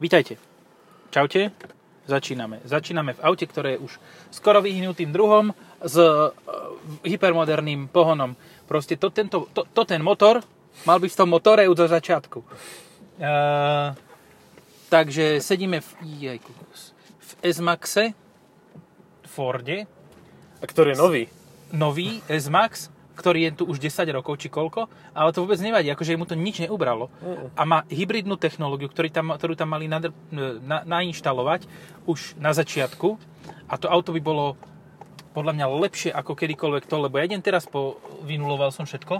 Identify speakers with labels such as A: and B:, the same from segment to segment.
A: Vítajte. Čaute. Začíname. Začíname v aute, ktoré je už skoro vyhnutým druhom s e, hypermoderným pohonom. Proste to, tento, to, to ten motor mal byť v tom motore už do začiatku. E, takže sedíme v, jej, kokos, v S-Maxe Forde,
B: A ktorý je nový.
A: nový S-Max, ktorý je tu už 10 rokov či koľko, ale to vôbec nevadí, akože mu to nič neubralo. A má hybridnú technológiu, ktorý tam, ktorú tam mali nadr- eh, na, nainštalovať už na začiatku a to auto by bolo podľa mňa lepšie ako kedykoľvek to, lebo ja idem teraz po, vynuloval som všetko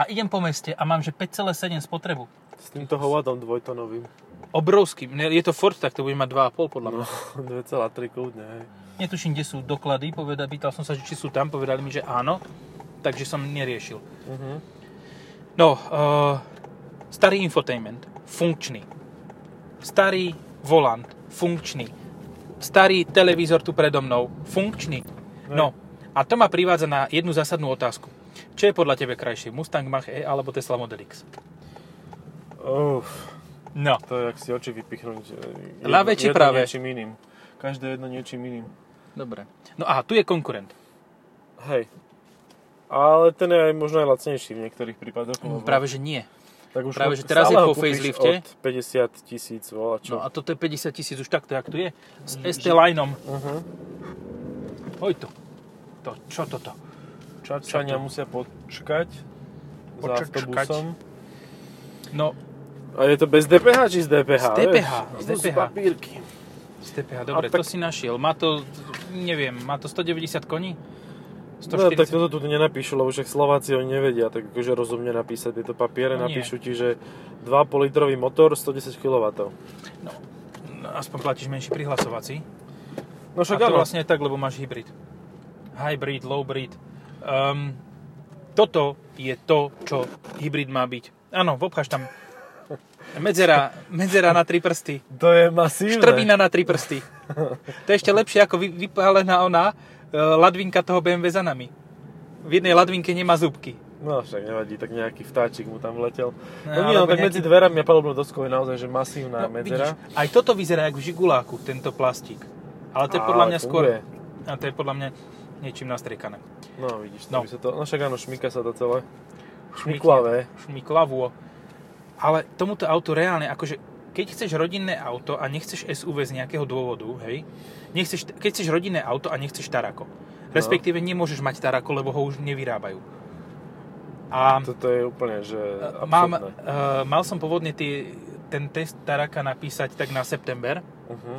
A: a idem po meste a mám že 5,7 spotrebu.
B: S týmto hovadom dvojtonovým.
A: Obrovský. Ne, Je to Ford, tak to bude mať 2,5 podľa mňa.
B: No, 2,3 kľudne, hej.
A: Netuším, kde sú doklady, poveda, pýtal som sa, že či sú tam, povedali mi, že áno, takže som neriešil.
B: Uh-huh.
A: No, uh, starý infotainment, funkčný. Starý volant, funkčný. Starý televízor tu predo mnou, funkčný. No, a to ma privádza na jednu zásadnú otázku. Čo je podľa tebe krajšie, Mustang Mach-E alebo Tesla Model X?
B: Uf,
A: No,
B: to je, ak si oči vypichnúť. eh, jedno-
A: Ľavé či
B: jedno
A: pravé?
B: niečím iným. Každé jedno niečím iným.
A: dobre. No a tu je konkurent.
B: Hej. Ale ten je aj možno aj lacnejší v niektorých prípadoch.
A: No,
B: lebo-
A: práve, že nie.
B: tak už
A: práve,
B: ho-
A: že teraz je
B: stále
A: po
B: ho kúpiš
A: facelifte.
B: Od 50 tisíc, vola čo.
A: No a toto je 50 tisíc už takto, jak tu je. S
B: Mm-hmm.
A: ST Lineom.
B: Uh-huh.
A: Hoj tu. To, čo toto? Sa
B: Čačania
A: to-
B: musia počkať za
A: Počkať.
B: autobusom.
A: No,
B: A je to bez DPH či z DPH?
A: Z DPH,
B: vieš?
A: z
B: No,
A: DPH.
B: papírky.
A: z TPH, dobre,
B: A tak-
A: to si našiel. Má to, neviem, má to 190 koní?
B: No tak
A: 140?
B: toto tu nenapíšu, lebo však Slováci oni nevedia tak akože rozumne napísať tieto papiere.
A: No nie.
B: napíšu ti, že 2,5 litrový motor, 110 kW.
A: No, no, aspoň platíš menší prihlasovací.
B: No
A: A
B: však
A: to
B: áno.
A: vlastne je tak, lebo máš hybrid. Hybrid, lowbrid. Um, toto je to, čo hybrid má byť. Áno, obcháš tam medzera, medzera na tri prsty.
B: To je masívne.
A: Štrbina na tri prsty. To je ešte lepšie ako vy- vypálená ona e, ladvinka toho BMW za nami. V jednej ladvinke nemá zúbky.
B: No však nevadí, tak nejaký vtáčik mu tam vletel.
A: No,
B: No, nie, no
A: alebo nejaký-
B: tak
A: No,
B: medzi dverami a palubnou doskou je naozaj že masívna medzera.
A: Vidíš, aj toto vyzerá jak v žiguláku, tento plastík. Ale to je podľa
B: Ale
A: mňa skôr...
B: funguje.
A: A to je podľa mňa niečím nastriekané.
B: No vidíš,
A: No.
B: no. Sa to, no však áno, šmika sa to celé. Šmiklavé.
A: Šmiklavuo. Ale tomuto autu reálne, akože keď chceš rodinné auto a nechceš SUV z nejakého dôvodu, hej, nechceš, keď chceš rodinné auto a nechceš Tarako,
B: No.
A: respektíve nemôžeš mať Tarako, lebo ho už nevyrábajú. A
B: Toto je úplne, že
A: mám,
B: absurdné.
A: uh, mal som pôvodne tie, ten test Taraka napísať tak na september,
B: Uh-huh.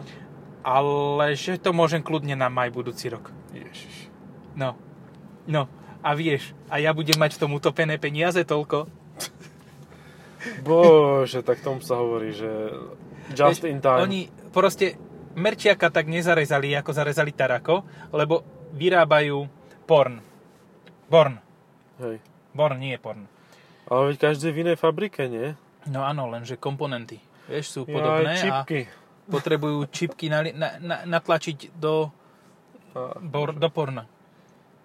A: ale že to môžem kľudne na maj budúci rok.
B: Ježiš.
A: No. No. A vieš, a ja budem mať v tom utopené peniaze toľko.
B: Bože, tak tomu sa hovorí, že just
A: vieš,
B: in time.
A: Oni proste Merčiaka tak nezarezali, ako zarezali Tarako, lebo vyrábajú porn. Born.
B: Hej.
A: Born nie je porn.
B: Ale veď každý v inej fabrike, nie?
A: No áno, lenže komponenty, vieš, sú podobné
B: Jaj,
A: a
B: čipky.
A: potrebujú čipky nali- na, na, natlačiť do,
B: A
A: bor, do porna.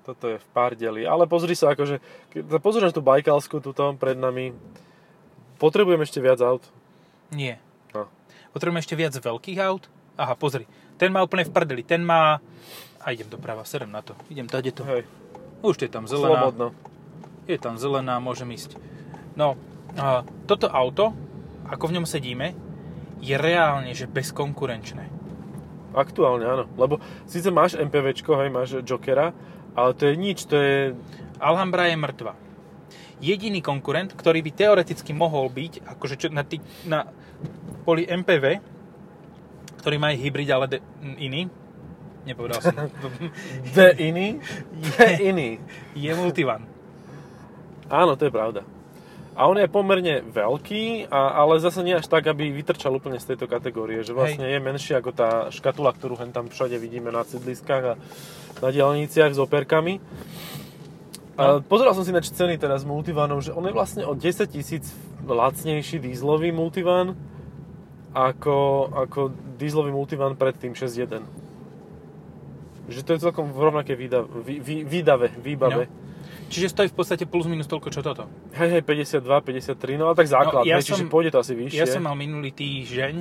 B: toto je v pardeli. Ale pozri sa, akože, keď sa pozrieš na tú Bajkalsku tuto pred nami, potrebujem ešte viac aut.
A: Nie.
B: No.
A: Potrebujeme ešte viac veľkých aut. Aha, pozri. Ten má úplne v prdeli. Ten má... A idem doprava, serem na to. Idem tady to.
B: Hej,
A: Už je tam zelená.
B: slobodno.
A: Je tam zelená, môžem ísť. No, a toto auto, ako v ňom sedíme, je reálne, že bezkonkurenčné.
B: Aktuálne áno, lebo síce máš MPVčko, hej, máš Jokera, ale to je nič, to je...
A: Alhambra je mŕtva. Jediný konkurent, ktorý by teoreticky mohol byť, akože čo, na, tý, na poli MPV, ktorý má aj hybrid, ale de, iný, nepovedal som,
B: The iný? The iný.
A: je multivan.
B: Áno, to je pravda. A on je pomerne veľký, a, ale zase nie až tak, aby vytrčal úplne z tejto kategórie, že vlastne je menší ako tá škatula, ktorú hen tam všade vidíme na cidliskách a na dielniciach s operkami. A pozeral som si na ceny teraz multivanov, že on je vlastne o 10 tisíc lacnejší dízlový multivan ako, ako dízlový multivan predtým 6.1. Že to je celkom v rovnakej výdave, vý, vý, výdave
A: No.
B: výbave.
A: Čiže stojí v podstate plus minus toľko, čo toto.
B: Hej, hej, 52, 53, no a tak základ,
A: No, ja
B: no, ja čiže
A: som-
B: pôjde to asi vyššie.
A: Ja som mal minulý týždeň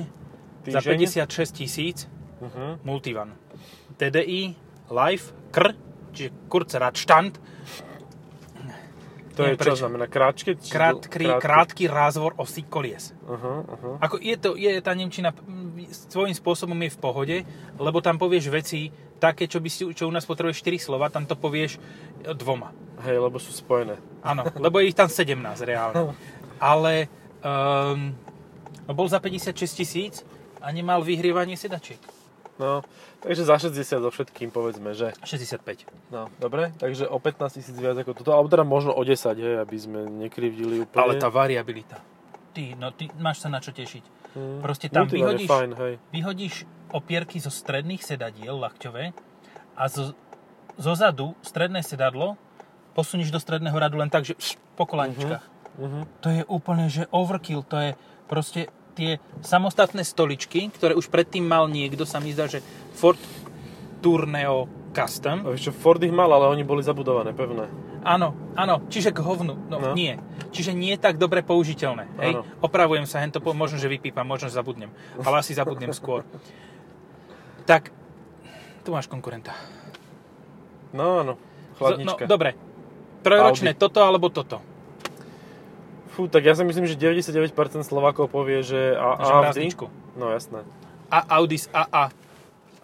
A: Mhm. za
B: Týždeň?
A: 56 tisíc
B: Uh-huh.
A: Multivan. TDI, Life, KR, čiže Kurzradstand,
B: To je
A: Neviem
B: čo
A: prečo.
B: znamená? Kráčke? Či
A: krátky, krátky rázvor osí kolies.
B: Uh-huh, uh-huh.
A: Ako je, to, je tá Nemčina mm, svojím spôsobom je v pohode, lebo tam povieš veci také, čo, by si, čo u nás potrebuješ 4 slova, tam to povieš e, dvoma.
B: Hej, lebo sú spojené.
A: Áno, lebo je ich tam 17 reálne. Ale um, bol za 56 tisíc a nemal vyhrievanie sedačiek.
B: No, takže za 60 so všetkým povedzme, že.
A: 65.
B: No, dobre, takže o 15 tisíc viac ako toto, alebo teda možno o 10, hej, aby sme nekrivdili úplne.
A: Ale tá variabilita. Ty, no ty máš sa na čo tešiť.
B: Mm.
A: Proste tam
B: Multivan je
A: vyhodíš-
B: fajn, hej.
A: Vyhodíš opierky zo stredných sedadiel, lakťové, a zo, zo zadu stredné sedadlo posunieš do stredného radu len tak, že pš, po kolaničkách.
B: Uh-huh.
A: To je úplne, že overkill, to je proste tie samostatné stoličky, ktoré už predtým mal niekto, sa mi zdá, že Ford Tourneo
B: A
A: Custom.
B: vieš čo, Ford ich mal, ale oni boli zabudované, pevné.
A: Áno, áno, čiže k hovnu. No,
B: No.
A: no. nie. Čiže nie tak dobre použiteľné. Hej?
B: Áno.
A: Opravujem sa, hento, po- možno, že vypípam, možno, že zabudnem. Ale asi zabudnem skôr. Tak, tu máš konkurenta.
B: No, áno,
A: No,
B: chladnička.
A: dobre. Trojročné, toto alebo toto.
B: Fú, tak ja si myslím, že 99% Slovákov povie, že a,
A: Že
B: Audi.
A: mrazničku.
B: No jasné.
A: A Audis AA.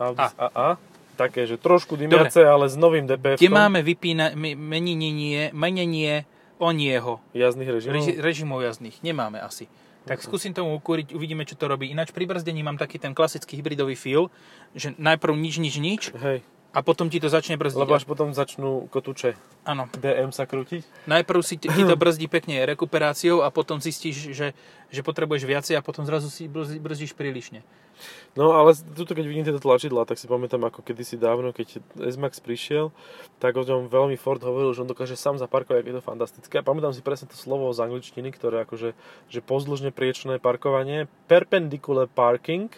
B: Audi
A: A.
B: a. a, Také, že trošku dymiace, ale s novým DPF.
A: Kde máme vypína, me- menenie, menenie on jeho.
B: Jazdných režimov.
A: Reži, režimov jazdných. Nemáme asi. Tak skúsim tomu ukúriť, uvidíme, čo to robí. Ináč pri brzdení mám taký ten klasický hybridový feel, že najprv nič, nič, nič
B: Hej,
A: a potom ti to začne brzdiť.
B: lebo až potom začnú kotuče
A: Áno.
B: DM sa krútiť.
A: Najprv si ti ti to brzdí pekne rekuperáciou a potom zistíš, že, že potrebuješ viacej a potom zrazu si brzdí- brzdíš prílišne.
B: No ale tuto, keď vidím tieto tlačidlá, tak si pamätám, ako kedysi dávno, keď S-Max prišiel, tak o ňom veľmi Ford hovoril, že on dokáže sám zaparkovať, ak je to fantastické. A pamätám si presne to slovo z angličtiny, ktoré akože, že pozdĺžne priečné parkovanie, perpendicular parking,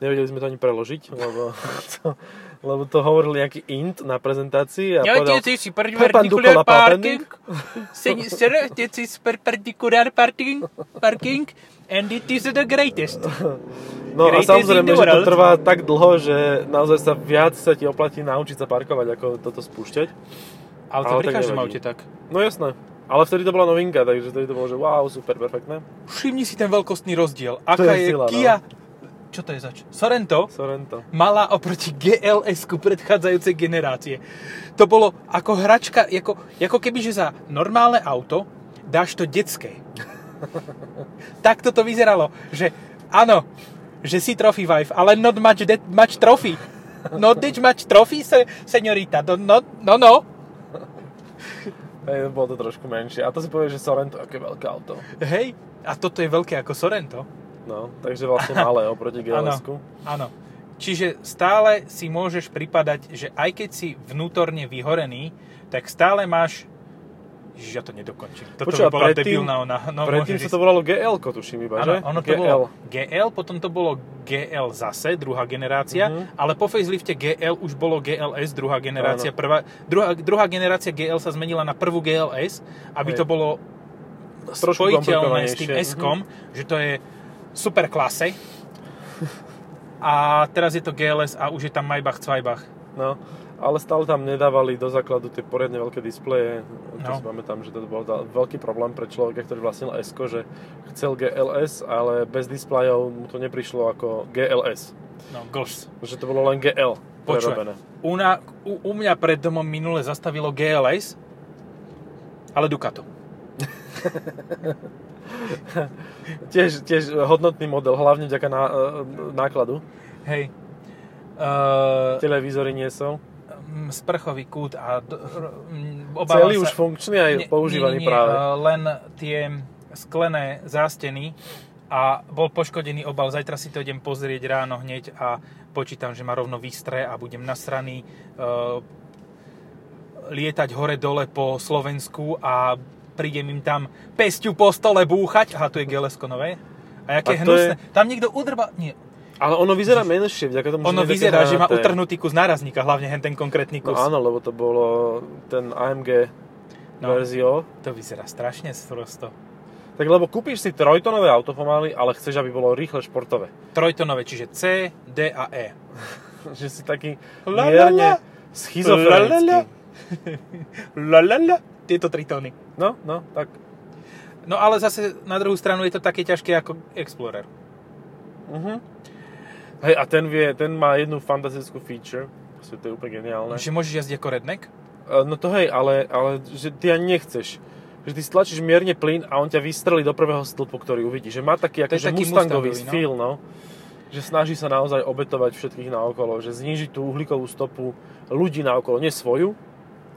B: Nevedeli sme to ani preložiť, lebo to, lebo to hovoril nejaký int na prezentácii a
A: Ja
B: povedal,
A: ti si perpendicular
B: Perpendicular
A: parking. Sen- Sir, this is perpendicular parking. Parking. And it is the greatest.
B: No a
A: Greatest in
B: samozrejme,
A: the
B: že to
A: world.
B: trvá tak dlho, že naozaj sa viac sa ti oplatí naučiť sa parkovať, ako toto spúšťať.
A: Ale
B: Ale
A: to
B: tak
A: pri každom
B: nevadí.
A: aute tak.
B: No jasné. Ale vtedy to bola novinka, takže vtedy to bolo, že wow, super, perfektné.
A: Všimni si ten veľkostný rozdiel. Aká
B: je
A: je,
B: sila, no.
A: Kia... Čo to je zač? Sorento
B: Sorento.
A: mala oproti GLS-ku predchádzajúcej generácie. To bolo ako hračka, ako, ako keby, že za normálne auto dáš to detské. tak toto vyzeralo, že áno, že si trophy wife, ale not much, that much trophy. Not that much trophy, se, senorita. No, no, no, no.
B: Hej, bolo to trošku menšie. A to si povie, že Sorento, aké veľké auto.
A: Hej, a toto je veľké ako Sorento.
B: No, takže vlastne malé oproti gls -ku.
A: Áno. Čiže stále si môžeš pripadať, že aj keď si vnútorne vyhorený, tak stále máš... Ježiš, ja to nedokončím. Toto Počúva, by
B: Počúva,
A: bola
B: predtým-
A: predtým, debilná ona. No,
B: Predtým
A: môžeš
B: sa to volalo gl tuším iba,
A: Áno,
B: že?
A: ono to
B: GL.
A: bolo GL, potom to bolo GL zase, druhá generácia,
B: Mhm.
A: ale po facelifte GL už bolo GLS, druhá generácia.
B: Áno.
A: Prvá, druhá, druhá generácia GL sa zmenila na prvú GLS, aby
B: Hej.
A: to bolo
B: Trošku
A: spojiteľné s tým
B: komplikovanejšie. mhm.
A: S-kom, že to je super klase. A teraz je to GLS a už je tam Maybach, Zweibach.
B: No, ale stále tam nedávali do základu tie poriadne veľké displeje. To
A: No.
B: si pamätám, že to bol za- veľký problém pre človeka, ktorý vlastnil s že chcel GLS, ale bez displejov mu to neprišlo ako GLS.
A: No, gosh.
B: Že to bolo len GL
A: Počúvaj.
B: prerobené.
A: U, na, u, u mňa pred domom minule zastavilo GLS, ale Ducato.
B: Tiež, tiež hodnotný model, hlavne vďaka ná, e, nákladu.
A: Hej. Uh,
B: Televízory nie sú.
A: Eh, mm, sprchový kút a... d- r- m, obávam
B: Celý
A: sa-
B: už funkčný aj
A: Nie,
B: používaný
A: nie, nie,
B: práve.
A: e, Len tie sklené zásteny a bol poškodený obal. Zajtra si to idem pozrieť ráno hneď a počítam, že má rovno výstre a budem nasraný e, lietať hore-dole po Slovensku a prídem im tam pesťu po stole búchať. Aha, tu je Gelesko nové. A
B: A
A: jaké
B: to
A: hnusné. Tam niekto udrba... Nie,
B: Ale ono vyzerá menšie, vďaka tomu,
A: ono
B: nie je také
A: vyzerá, že má
B: hraté.
A: utrhnutý kus nárazníka, hlavne hen ten konkrétny
B: No
A: kus.
B: áno, lebo to bolo ten AMG
A: No.
B: verzio.
A: To vyzerá strašne prosto.
B: Tak lebo kúpiš si trojtonové auto pomaly, ale chceš, aby bolo rýchle športové.
A: Trojtonové, čiže C, D a E.
B: že si taký
A: La, la, la.
B: mierne
A: La, la, la.
B: schizofrenický.
A: La, la, la. Tieto tri tóny.
B: No, no, tak.
A: No ale zase na druhú stranu je to také ťažké ako Explorer. Mhm.
B: Uh-huh. Hej, a ten, vie, ten má jednu fantastickú feature, Proste to je úplne geniálne.
A: Že môžeš jazdiť ako redneck?
B: E, No to hej, ale, ale že ty ani nechceš. Že ty stlačíš mierne plyn a on ťa vystrelí do prvého stĺpu, ktorý uvidí. Že má taký,
A: To je
B: akože
A: taký
B: mustangový
A: mustangový, no.
B: feel, no. Že snaží sa naozaj obetovať všetkých naokolo. Že zníži tú uhlíkovú stopu ľudí naokolo. Nie svoju,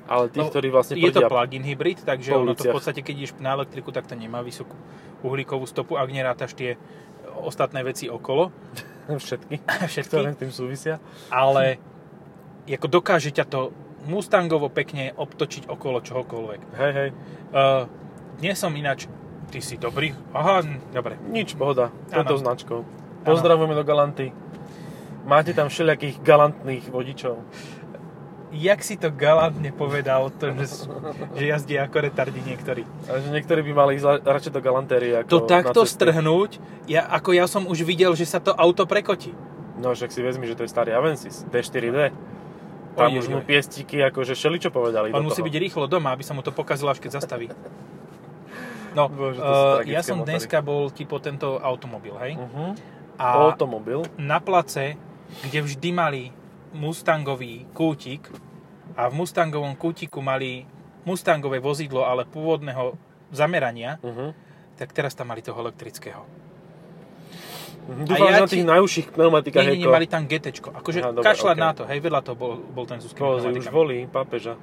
B: ale tých,
A: No,
B: ktorí vlastne
A: Je to
B: prdia-
A: plug-in hybrid, takže
B: po
A: ono to v
B: uliciach.
A: podstate, keď ideš na elektriku, tak to nemá vysokú uhlíkovú stopu, ak nerátaš tie ostatné veci okolo,
B: všetky, ktoré
A: všetky,
B: tým súvisia.
A: ale ako dokáže ťa to Mustangovo pekne obtočiť okolo čohokoľvek.
B: Hej, hej.
A: Uh, dnes som ináč, ty si dobrý, aha, hm, dobre.
B: Nič, pohoda. Touto
A: Áno.
B: značkou. Pozdravujeme do Galanty. Máte tam všelijakých galantných vodičov.
A: Jak si to galantne povedal, to, že, že jazdia ako retardi niektorí.
B: A že niektorí by mali ísť la- radšej do galantérie. Ako
A: To
B: na
A: takto
B: cesty.
A: strhnúť, ja, ako ja som už videl, že sa to auto prekotí.
B: No však si vezmi, že to je starý Avensis, D4D. Tam
A: Ojej,
B: už mu
A: ojej.
B: piestiky akože všeličo povedali
A: On
B: do
A: musí
B: toho.
A: byť rýchlo doma, aby sa mu to pokazilo, až keď zastaví. No,
B: Bože, to sú
A: uh,
B: tragické
A: ja som
B: motory.
A: dneska bol ti po tento automobil, hej?
B: Uh-huh.
A: A
B: Automobil.
A: na place, kde vždy mali Mustangový kútik a v Mustangovom kútiku mali Mustangové vozidlo, ale pôvodného zamerania,
B: Uh-huh.
A: tak teraz tam mali toho elektrického.
B: Dúfam,
A: ja
B: že na
A: ti-
B: tých najúžších pneumatikách
A: Mhm. Nie, nie, nie,
B: Eko,
A: mali tam GT. Akože
B: Aha, dobre,
A: kašľať
B: ok.
A: na to, hej, vedľa toho bol, bol ten s úzkými
B: kozy už
A: pneumatikami.
B: volí pápeža.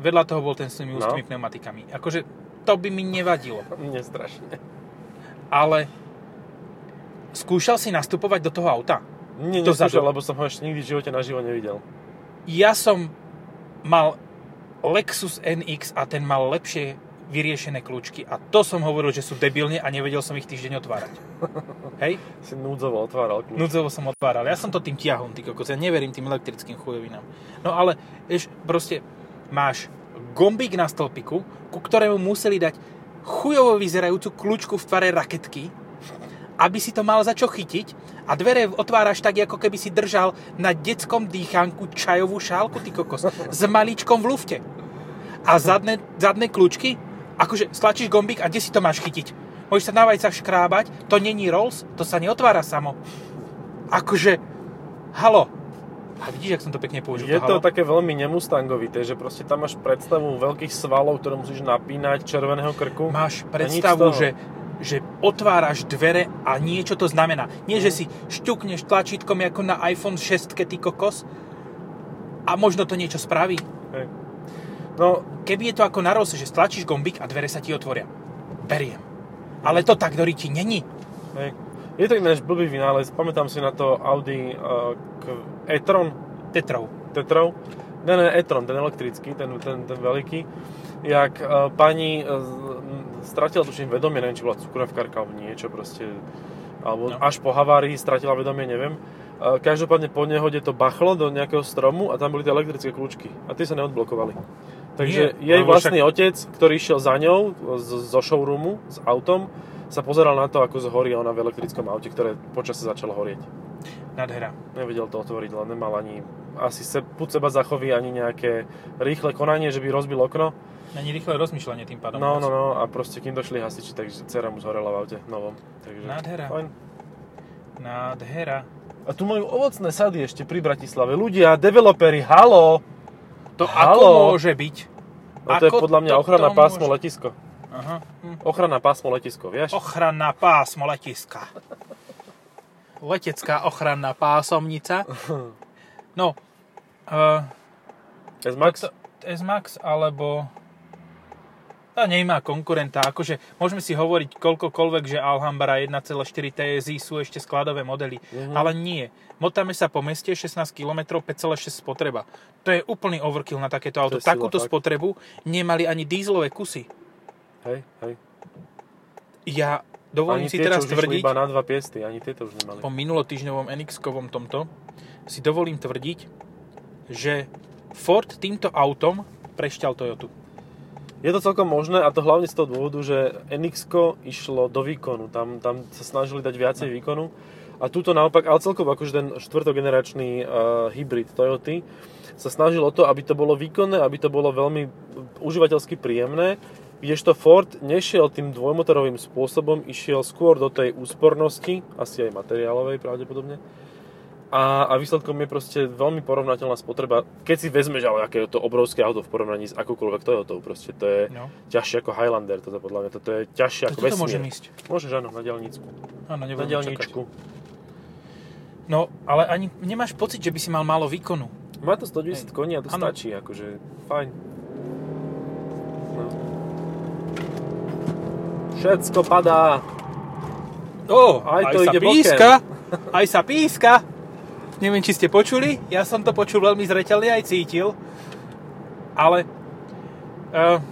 A: Vedľa toho bol ten s tými
B: No.
A: úzkými pneumatikami. Akože to by mi nevadilo.
B: Mne strašne.
A: ale skúšal si nastupovať do toho auta.
B: Nie,
A: To
B: to neskúšal,
A: zadu.
B: lebo som ho ešte nikdy v živote naživo nevidel.
A: Ja som mal Lexus NX a ten mal lepšie vyriešené kľúčky a to som hovoril, že sú debilne a nevedel som ich týždeň otvárať. Hej?
B: Si núdzovo otváral kľúč.
A: Núdzovo som otváral. Ja som to tým ťahom, ty kokos. Ja neverím tým elektrickým chujovinám. No ale, vieš, proste máš gombík na stĺpiku, ku ktorému museli dať chujovo vyzerajúcu kľúčku v tvare raketky, aby si to mal za čo chytiť a dvere otváraš tak, ako keby si držal na detskom dýchánku čajovú šálku, ty kokos, s maličkom v lufte. A zadné, zadné kľúčky, akože stlačíš gombík a kde si to máš chytiť? Môžeš sa na vajcach škrábať, to není Rolls, to sa neotvára samo. Akože, halo. A vidíš, jak som to pekne použil,
B: Je
A: to
B: to
A: halo?
B: také veľmi nemustangovité, že proste tam máš predstavu veľkých svalov, ktoré musíš napínať, červeného krku.
A: Máš
B: A
A: predstavu,
B: nič z toho.
A: že že otváraš dvere a niečo to znamená. Nie,
B: No.
A: že si šťukneš tlačítkom ako na iPhone 6, ty kokos, a možno to niečo spraví.
B: Hej. No,
A: Keby je to ako na rose, že stlačíš gombík a dvere sa ti otvoria. Beriem. Ale to tak do riti není.
B: Hej. Je to ináč blbý vynález, pamätám si na to Audi uh, k- e-tron,
A: Tetrov.
B: Tetrov, ne, ne, e-tron, ten elektrický, ten, ten, ten veľký, jak uh, pani uh, stratila tuším vedomie, neviem, či bola cukrovkárka alebo niečo proste, alebo
A: No.
B: no. až po havárii stratila vedomie, neviem. Uh, každopádne po nehode to bachlo do nejakého stromu a tam boli tie elektrické kľúčky a tie sa neodblokovali. Takže
A: Nie,
B: jej
A: ale
B: vlastný otec, ktorý išiel za ňou z, zo showroomu s autom, sa pozeral na to, ako zhorí ona v elektrickom aute, ktoré počasie začalo horieť.
A: Nádhera.
B: Nevedel to otvoriť, len nemal ani asi se, púd seba zachoví ani nejaké rýchle konanie, že by rozbil okno.
A: Není rýchle rozmýšľanie tým pádom.
B: No, no, no a proste kým došli hasiči, takže dcera mu zhorela v aute novom. Takže,
A: Nádhera.
B: Fajn.
A: Nádhera.
B: A tu majú ovocné sady ešte pri Bratislave. Ľudia, developeri, halo!
A: To ako
B: Halo?
A: môže byť?
B: No to je
A: Ako
B: podľa mňa
A: toto
B: ochrana pásmo
A: môže-
B: letisko.
A: Aha. Hm.
B: Ochrana pásmo letisko, vieš?
A: Ochranná pásmo letiska. Letecká ochranná pásomnica. No, uh,
B: S-Max?
A: S-Max alebo... Tá nemá konkurenta. Akože môžeme si hovoriť koľkokoľvek, že Alhambra 1,4 TSI sú ešte skladové modely.
B: Mhm.
A: Ale nie. Motáme sa po meste 16 km 5,6 spotreba. To je úplný overkill na takéto auto.
B: je sila,
A: Takúto
B: fakt.
A: spotrebu nemali ani dízlové kusy.
B: Hej, hej.
A: Ja dovolím
B: Ani
A: si
B: tie,
A: teraz
B: čo už išli
A: tvrdiť,
B: iba na dva piesty, ani tieto už nemali.
A: po minulotýždňovom NX-kovom tomto, si dovolím tvrdiť, že Ford týmto autom prešťal Toyotu.
B: Je to celkom možné a to hlavne z toho dôvodu, že NX išlo do výkonu, tam, tam sa snažili dať viacej výkonu a tuto naopak, ale celkovo akože ten štvrtogeneračný uh, hybrid Toyoty sa snažil o to, aby to bolo výkonné, aby to bolo veľmi užívateľsky príjemné, kdežto Ford nešiel tým dvojmotorovým spôsobom, išiel skôr do tej úspornosti, asi aj materiálovej pravdepodobne, a, a výsledkom je proste veľmi porovnateľná spotreba. Keď si vezmeš, ale aké je to obrovské auto v porovnaní s akoukoľvek Toyotou, proste to je no. ťažšie ako Highlander, toto podľa mňa, toto je ťažšie to ako vesmír.
A: môžem ísť.
B: Môžeš, áno, na diálnicu.
A: Áno,
B: Na
A: nebudem
B: diálničku.
A: No, ale ani nemáš pocit, že by si mal málo výkonu.
B: Má to 190
A: Hej.
B: koní a to
A: Áno.
B: stačí, akože fajn. No. Všetko padá.
A: Ó,
B: aj to ide bokem.
A: aj sa píska. Neviem, či ste počuli, ja som to počul veľmi zreteľne aj cítil, ale... Uh,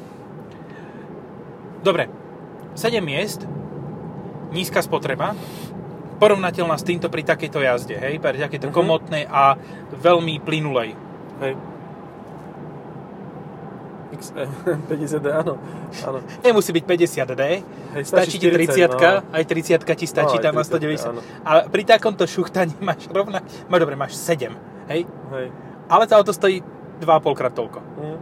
A: dobre, 7 miest, nízka spotreba, porovnateľná s týmto pri takejto jazde, hej, pri takejto
B: Mhm.
A: komotnej a veľmi plynulej.
B: Hej. XM50, áno. áno.
A: Nemusí byť 50D,
B: Hej,
A: stačí ti 30
B: no.
A: aj 30 ti stačí
B: No, aj
A: tam na
B: 30,
A: 190.
B: áno.
A: A pri takomto šuchtaní máš rovna, no dobre, máš 7, hej,
B: Hej.
A: Ale to auto stojí 2,5 krát toľko.
B: Mm.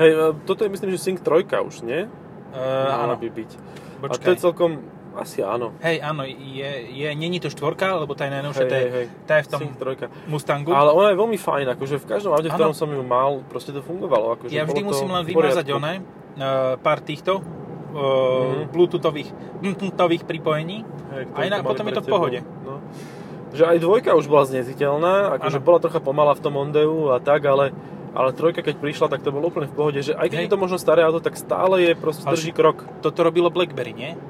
B: Hej, e, toto je myslím, že Sync 3 už, nie?
A: E,
B: Mala
A: áno,
B: by byť. A to
A: počkaj.
B: je celkom, asi áno.
A: Hej, áno, je, je, není to štvorka, lebo tá je najnovšia,
B: Hej,
A: tá, je,
B: hej, hej.
A: tá je v tom
B: Sync 3.
A: Mustangu.
B: Ale ona je veľmi fajn, akože v každom aute, v
A: Áno.
B: ktorom som ju mal, proste to fungovalo. Akože
A: ja vždy
B: bolo to
A: musím len
B: v poriadku.
A: vymazať one, e, pár týchto e,
B: Mhm.
A: bluetoothových, bluetoothových pripojení.
B: Hej,
A: A inak potom je to v pohode.
B: No. Že aj dvojka už bola zneziteľná, akože
A: Áno.
B: bola trocha pomalá v tom Ondeu a tak, ale, ale trojka keď prišla, tak to bolo úplne v pohode, že aj keď
A: Hej.
B: je to možno staré auto, tak stále je proste
A: Ale
B: drží
A: však-
B: krok.
A: Toto robilo Blackberry, nie?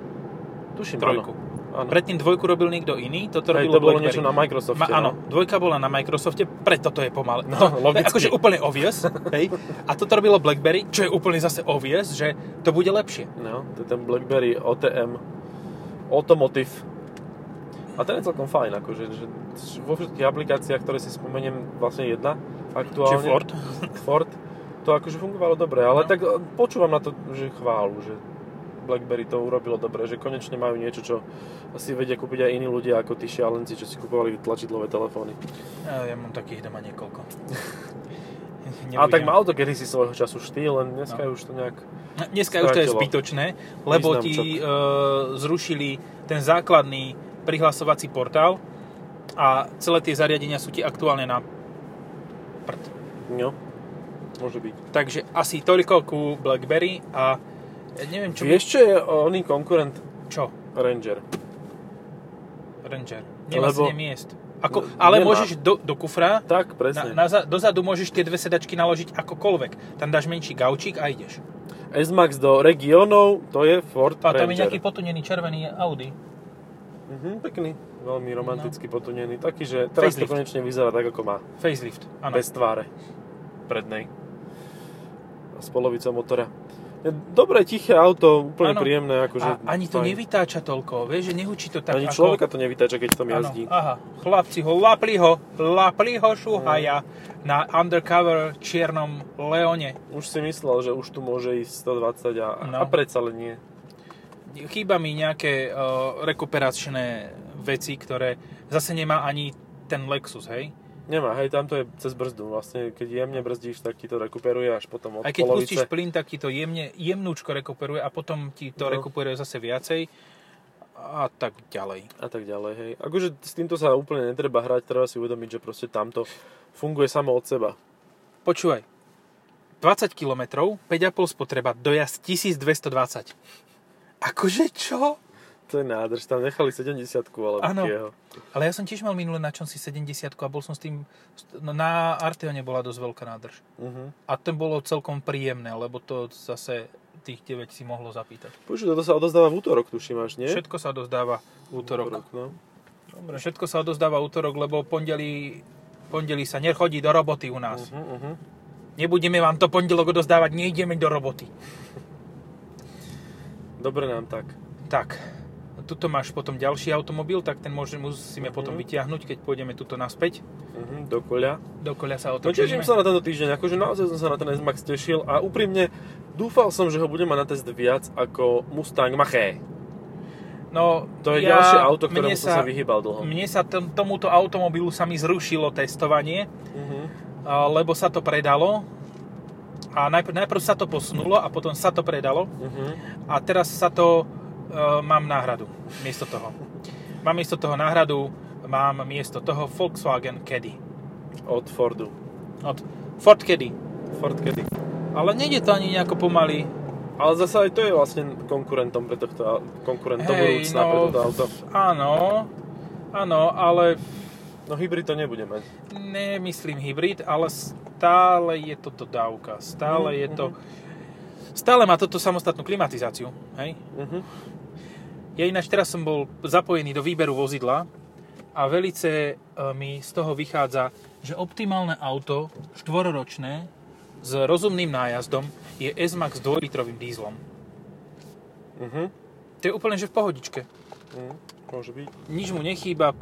B: Tuším,
A: Trojku.
B: áno. áno.
A: Predtým dvojku robil niekto iný, toto
B: Hej,
A: robilo
B: to bolo
A: Blackberry.
B: niečo na Microsofte.
A: Ma, áno,
B: no.
A: dvojka bola na Microsofte, preto to je pomalé.
B: No,
A: To- to je
B: logicky.
A: Akože úplne obvious. Hej. A toto robilo Blackberry, čo je úplne zase obvious, že to bude lepšie.
B: No, to je ten Blackberry OTM. Automotive. A ten je celkom fajn, akože že vo všetkých aplikáciách, ktoré si spomeniem, vlastne jedna aktuálne.
A: Či Ford.
B: Ford. To akože fungovalo dobre,
A: No.
B: ale tak eh, počúvam na to, že chválu, že BlackBerry to urobilo dobre, že konečne majú niečo, čo asi vedia kúpiť aj iní ľudia ako tí šialenci, čo si kupovali tlačidlové telefóny.
A: Ja, ja mám takých doma niekoľko.
B: A tak malo to kedysi svojho času štýl, len dneska
A: No.
B: je už to nejak...
A: Dneska už to je
B: strátilo
A: zbytočné, lebo ti e, zrušili ten základný prihlasovací portál a celé tie zariadenia sú ti aktuálne na prd.
B: No, môže byť.
A: Takže asi toľko ku BlackBerry a ja neviem čo...
B: Vieš, čo je oný konkurent
A: Čo?
B: Ranger?
A: Ranger. Nemá
B: Lebo-
A: Lebo... miest. Ako,
B: No,
A: ale
B: nemá.
A: môžeš do, do kufra, na,
B: Tak, presne.
A: na, za- dozadu môžeš tie dve sedačky naložiť akokoľvek. Tam dáš menší gaučík a ideš.
B: S-Max do regionov, to je Ford
A: A tam je
B: Ranger.
A: nejaký potunený červený Audi.
B: Mhm, pekný, veľmi romanticky potunený, taký, že teraz
A: No.
B: to
A: Facelift.
B: konečne vyzerá tak, ako má.
A: Facelift. Áno.
B: bez tváre prednej a s polovicou motora. Je Dobré, tiché auto, úplne
A: Áno.
B: príjemné. Akože
A: A ani to
B: fajn.
A: nevytáča toľko, vieš, že nehučí to tak
B: Ani
A: ako...
B: človeka to nevytáča, keď tam
A: Áno,
B: jazdí.
A: aha, chlapci ho, lapli ho, lapli ho šuhaja na undercover čiernom Leone.
B: Už si myslel, že už tu môže ísť 120 a,
A: No.
B: a predsa len nie.
A: Chýba mi nejaké uh, rekuperačné veci, ktoré zase nemá ani ten Lexus, hej?
B: Nemá, hej, tam to je cez brzdu. Vlastne, keď jemne brzdíš, tak ti to rekuperuje až potom od
A: Aj keď pustíš
B: polovice.
A: plyn, tak ti to jemne, jemnúčko rekuperuje a potom ti to
B: No.
A: rekuperuje zase viacej a tak ďalej.
B: a tak ďalej, hej. Akože s týmto sa úplne netreba hrať, treba si uvedomiť, že proste tamto funguje samo od seba.
A: Počúvaj, 20 km, 5,5 spotreba, dojazd 1220. Akože čo?
B: To je nádrž, tam nechali 70 alebo
A: Áno.
B: kieho.
A: Ale ja som tiež mal minule na čomsi 70 a bol som s tým... No, na Arteone bola dosť veľká nádrž.
B: Mhm.
A: A to bolo celkom príjemné, lebo to zase tých 9 si mohlo zapýtať.
B: Počuť, toto sa odozdáva v útorok, tuším až, nie?
A: Všetko sa dozdáva v útorok.
B: no.
A: Dobre. Všetko sa odozdáva v útorok, lebo pondeli, pondeli sa nechodí do roboty u nás.
B: Uh-huh, uh-huh.
A: Nebudeme vám to pondelok odozdávať, nejdeme do roboty.
B: Dobre nám tak.
A: Tak, tuto máš potom ďalší automobil, tak ten môže, musíme potom
B: Mhm.
A: vyťahnuť, keď pôjdeme tuto naspäť.
B: Mhm, do koľa.
A: Dokoľa sa
B: No
A: otočíme.
B: teším sa na tento týždeň, akože naozaj som sa na ten S-Max tešil a úprimne dúfal som, že ho budem mať na test viac ako Mustang Mach-E.
A: No,
B: To je
A: ja,
B: ďalšie auto, ktorému
A: mne
B: som sa vyhýbal dlho.
A: Mne sa tom, tomuto automobilu sa mi zrušilo testovanie,
B: Mhm.
A: a, lebo sa to predalo. A najprv, najprv sa to posunulo a potom sa to predalo.
B: Mhm.
A: A teraz sa to... E, mám náhradu miesto toho. Mám miesto toho náhradu, mám miesto toho Volkswagen Caddy.
B: Od Fordu.
A: Od Ford Caddy.
B: Ford kedy?
A: Ale nejde to ani nejako pomaly.
B: Ale zase aj to je vlastne konkurentom pre tohto, au- konkurentom
A: Hej,
B: budúcna pre
A: no,
B: toto auto.
A: Áno, áno, ale
B: No hybrid to nebude mať.
A: nemyslím hybrid, ale stále je to dodávka, stále
B: Mhm,
A: je to... Stále má toto samostatnú klimatizáciu, hej?
B: Mhm.
A: Ja ináč teraz som bol zapojený do výberu vozidla a velice e, mi z toho vychádza, že optimálne auto, štvororočné, s rozumným nájazdom je S-Max s 2-litrovým dízlom.
B: Mhm.
A: To je úplne, že v pohodičke.
B: Mhm. Môže byť.
A: nič mu nechýba,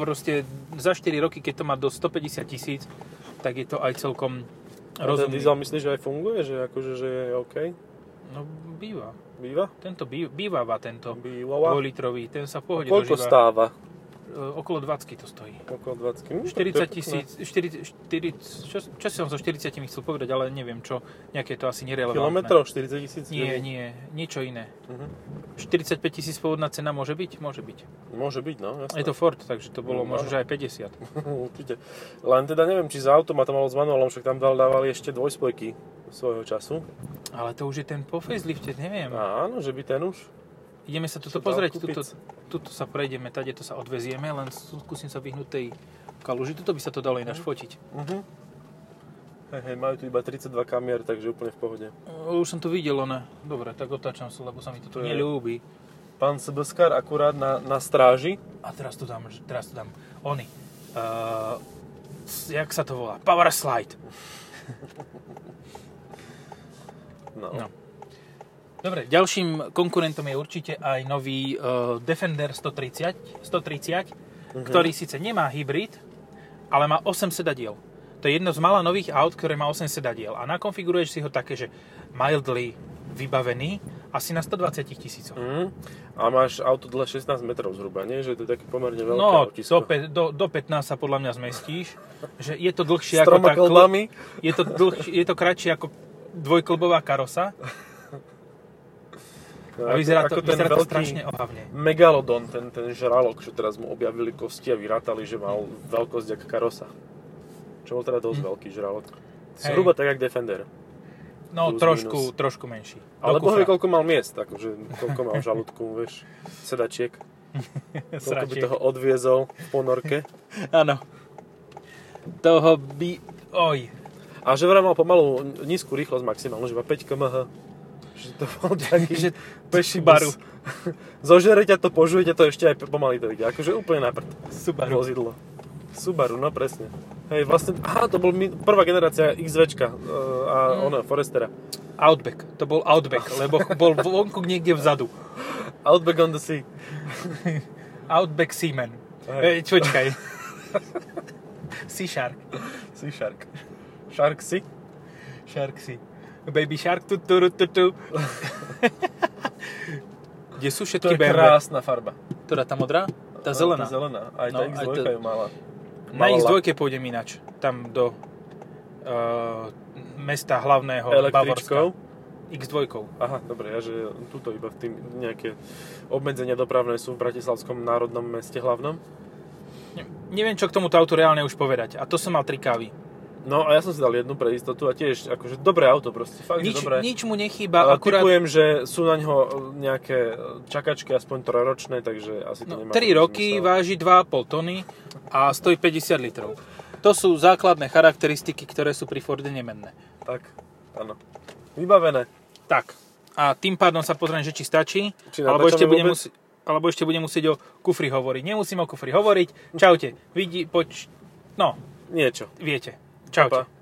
A: proste za 4 roky, keď to má do 150 tisíc, tak je to aj celkom
B: Rozumiem. Ten
A: rozumný.
B: diesel myslíš, že aj funguje? Že akože, že je OK?
A: No býva,
B: Býva?
A: tento býva, býváva tento
B: Bývala.
A: 2-litrový, ten sa v pohode
B: Koľko
A: dožíva.
B: stáva?
A: E, Okolo 20 to stojí.
B: Okolo 20. Hm, tak to
A: 40
B: je pekné.
A: tisíc, 40, 40, čo, čo som so 40 chcel povedať, ale neviem čo, nejaké je to asi nerelevantné.
B: Kilometrov? 40 tisíc?
A: Nie, nie, niečo iné.
B: Mhm.
A: 45 tisíc pôvodná cena môže byť? Môže byť.
B: Môže byť, no. Jasné.
A: Je to Ford, takže to bolo
B: No.
A: možno že aj 50.
B: Určite. Len teda neviem, či za autom a to malo s manuálom, však tam dal- dávali ešte dvojspojky svojho času.
A: Ale to už je ten po facelifte, neviem.
B: Áno, že by ten už.
A: Ideme sa tuto
B: Sa dá
A: pozrieť,
B: kúpiť.
A: tuto, tuto sa prejdeme, tade to sa odvezieme, len skúsim sa vyhnúť tej kaluži, tuto by sa to dalo ináč fotiť.
B: Mhm. Hej, hej, majú tu iba 32 kamier, takže úplne v pohode.
A: O, Už som tu videl, ona. Dobre, tak otáčam sa, lebo sa mi toto
B: To je-
A: neľúbi.
B: Pán Sebeskar akurát na, na stráži.
A: A teraz tu dám, že- teraz tu dám, oni. Uh, jak sa to volá? Power slide.
B: No.
A: No. Dobre, ďalším konkurentom je určite aj nový uh, Defender 130, 130
B: Mhm.
A: ktorý síce nemá hybrid, ale má 8 sedadiel. To je jedno z mála nových aut, ktoré má 8 sedadiel. A nakonfiguruješ si ho také, že mildly vybavený, asi na 120 tisícoch.
B: Mhm. A máš auto dlhé 16 metrov zhruba, nie? Že to je také pomerne veľké
A: No, do,
B: autisko.
A: pe- do, do 15 sa podľa mňa zmestíš, že je to
B: S
A: dlhšie ako
B: troma
A: tá... kl-
B: kolbami.
A: je, to dlhšie, je to kratšie ako dvojklbová karosa
B: No,
A: a vyzerá to,
B: ako ten
A: vyzerá to
B: veľký
A: strašne ohavne.
B: Megalodon, ten, ten žralok, čo teraz mu objavili kosti a vyrátali, že mal veľkosť jak karosa. Čo bol teda dosť
A: Hm.
B: veľký žralok. Zhruba tak jak Defender.
A: No,
B: Plus,
A: trošku,
B: minus.
A: trošku menší. Do
B: Ale boh vie,
A: kufra.
B: koľko mal miest, akože koľko mal v žalúdku, vieš, sedačiek. Koľko by
A: Sračiek.
B: toho odviezol v ponorke.
A: Áno. Toho by... Oj,
B: A že vraj mal pomalu nízku rýchlosť maximálnu, že iba 5 kmh. Že to bol taký
A: že
B: peší
A: Subaru.
B: bus. Zožere ťa to, požuje ťa to, ešte aj pomaly to ide. Akože úplne na prd.
A: Subaru.
B: Vozidlo. Subaru, no presne. Hej, vlastne, aha, to bol mi, prvá generácia XVčka e, a
A: Mm.
B: ono, Forestera.
A: Outback, to bol Outback, lebo bol vonku niekde vzadu.
B: Outback on the sea.
A: Outback Seaman.
B: Hej.
A: Hey. Čo, čakaj. sea Shark.
B: Sea Shark. Shark Sea.
A: Shark Sea. Baby Shark. Tu, tu, tu, tu, tu. Kde sú
B: To
A: všetky
B: je
A: BMW?
B: krásna farba.
A: Teda tá modrá? Tá zelená.
B: Tá zelená. Aj tá
A: No,
B: X2
A: aj tá-
B: ju mala.
A: Na
B: Mala
A: X2 pôjdem ináč. Tam do uh, mesta hlavného
B: električkou.
A: Bavorska. X2.
B: Aha, dobre, ja že tuto iba v tým nejaké obmedzenia dopravné sú v Bratislavskom národnom meste hlavnom.
A: Ne- Neviem, čo k tomuto autu reálne už povedať. A to som mal tri kávy.
B: No a ja som si dal jednu pre istotu a tiež akože dobré auto proste, fakt že
A: Nič,
B: dobré.
A: nič mu nechýba,
B: A
A: akurát...
B: typujem, že sú na ňo nejaké čakačky, aspoň trojročné, takže asi to
A: No,
B: nemá...
A: 3
B: veľký
A: roky,
B: zmysel.
A: váži 2,5 tony a stojí 50 litrov. To sú základné charakteristiky, ktoré sú pri Forde nemenné.
B: Tak, áno. Vybavené.
A: Tak, a tým pádom sa pozriem, že či stačí,
B: Či
A: alebo ešte,
B: natáčame
A: budem
B: vôbec?
A: musi- alebo ešte budem musieť o kufri hovoriť. Nemusím o kufri hovoriť. Čaute. Vidí, poč... No,
B: Niečo.
A: viete. Čaute.
B: Pa.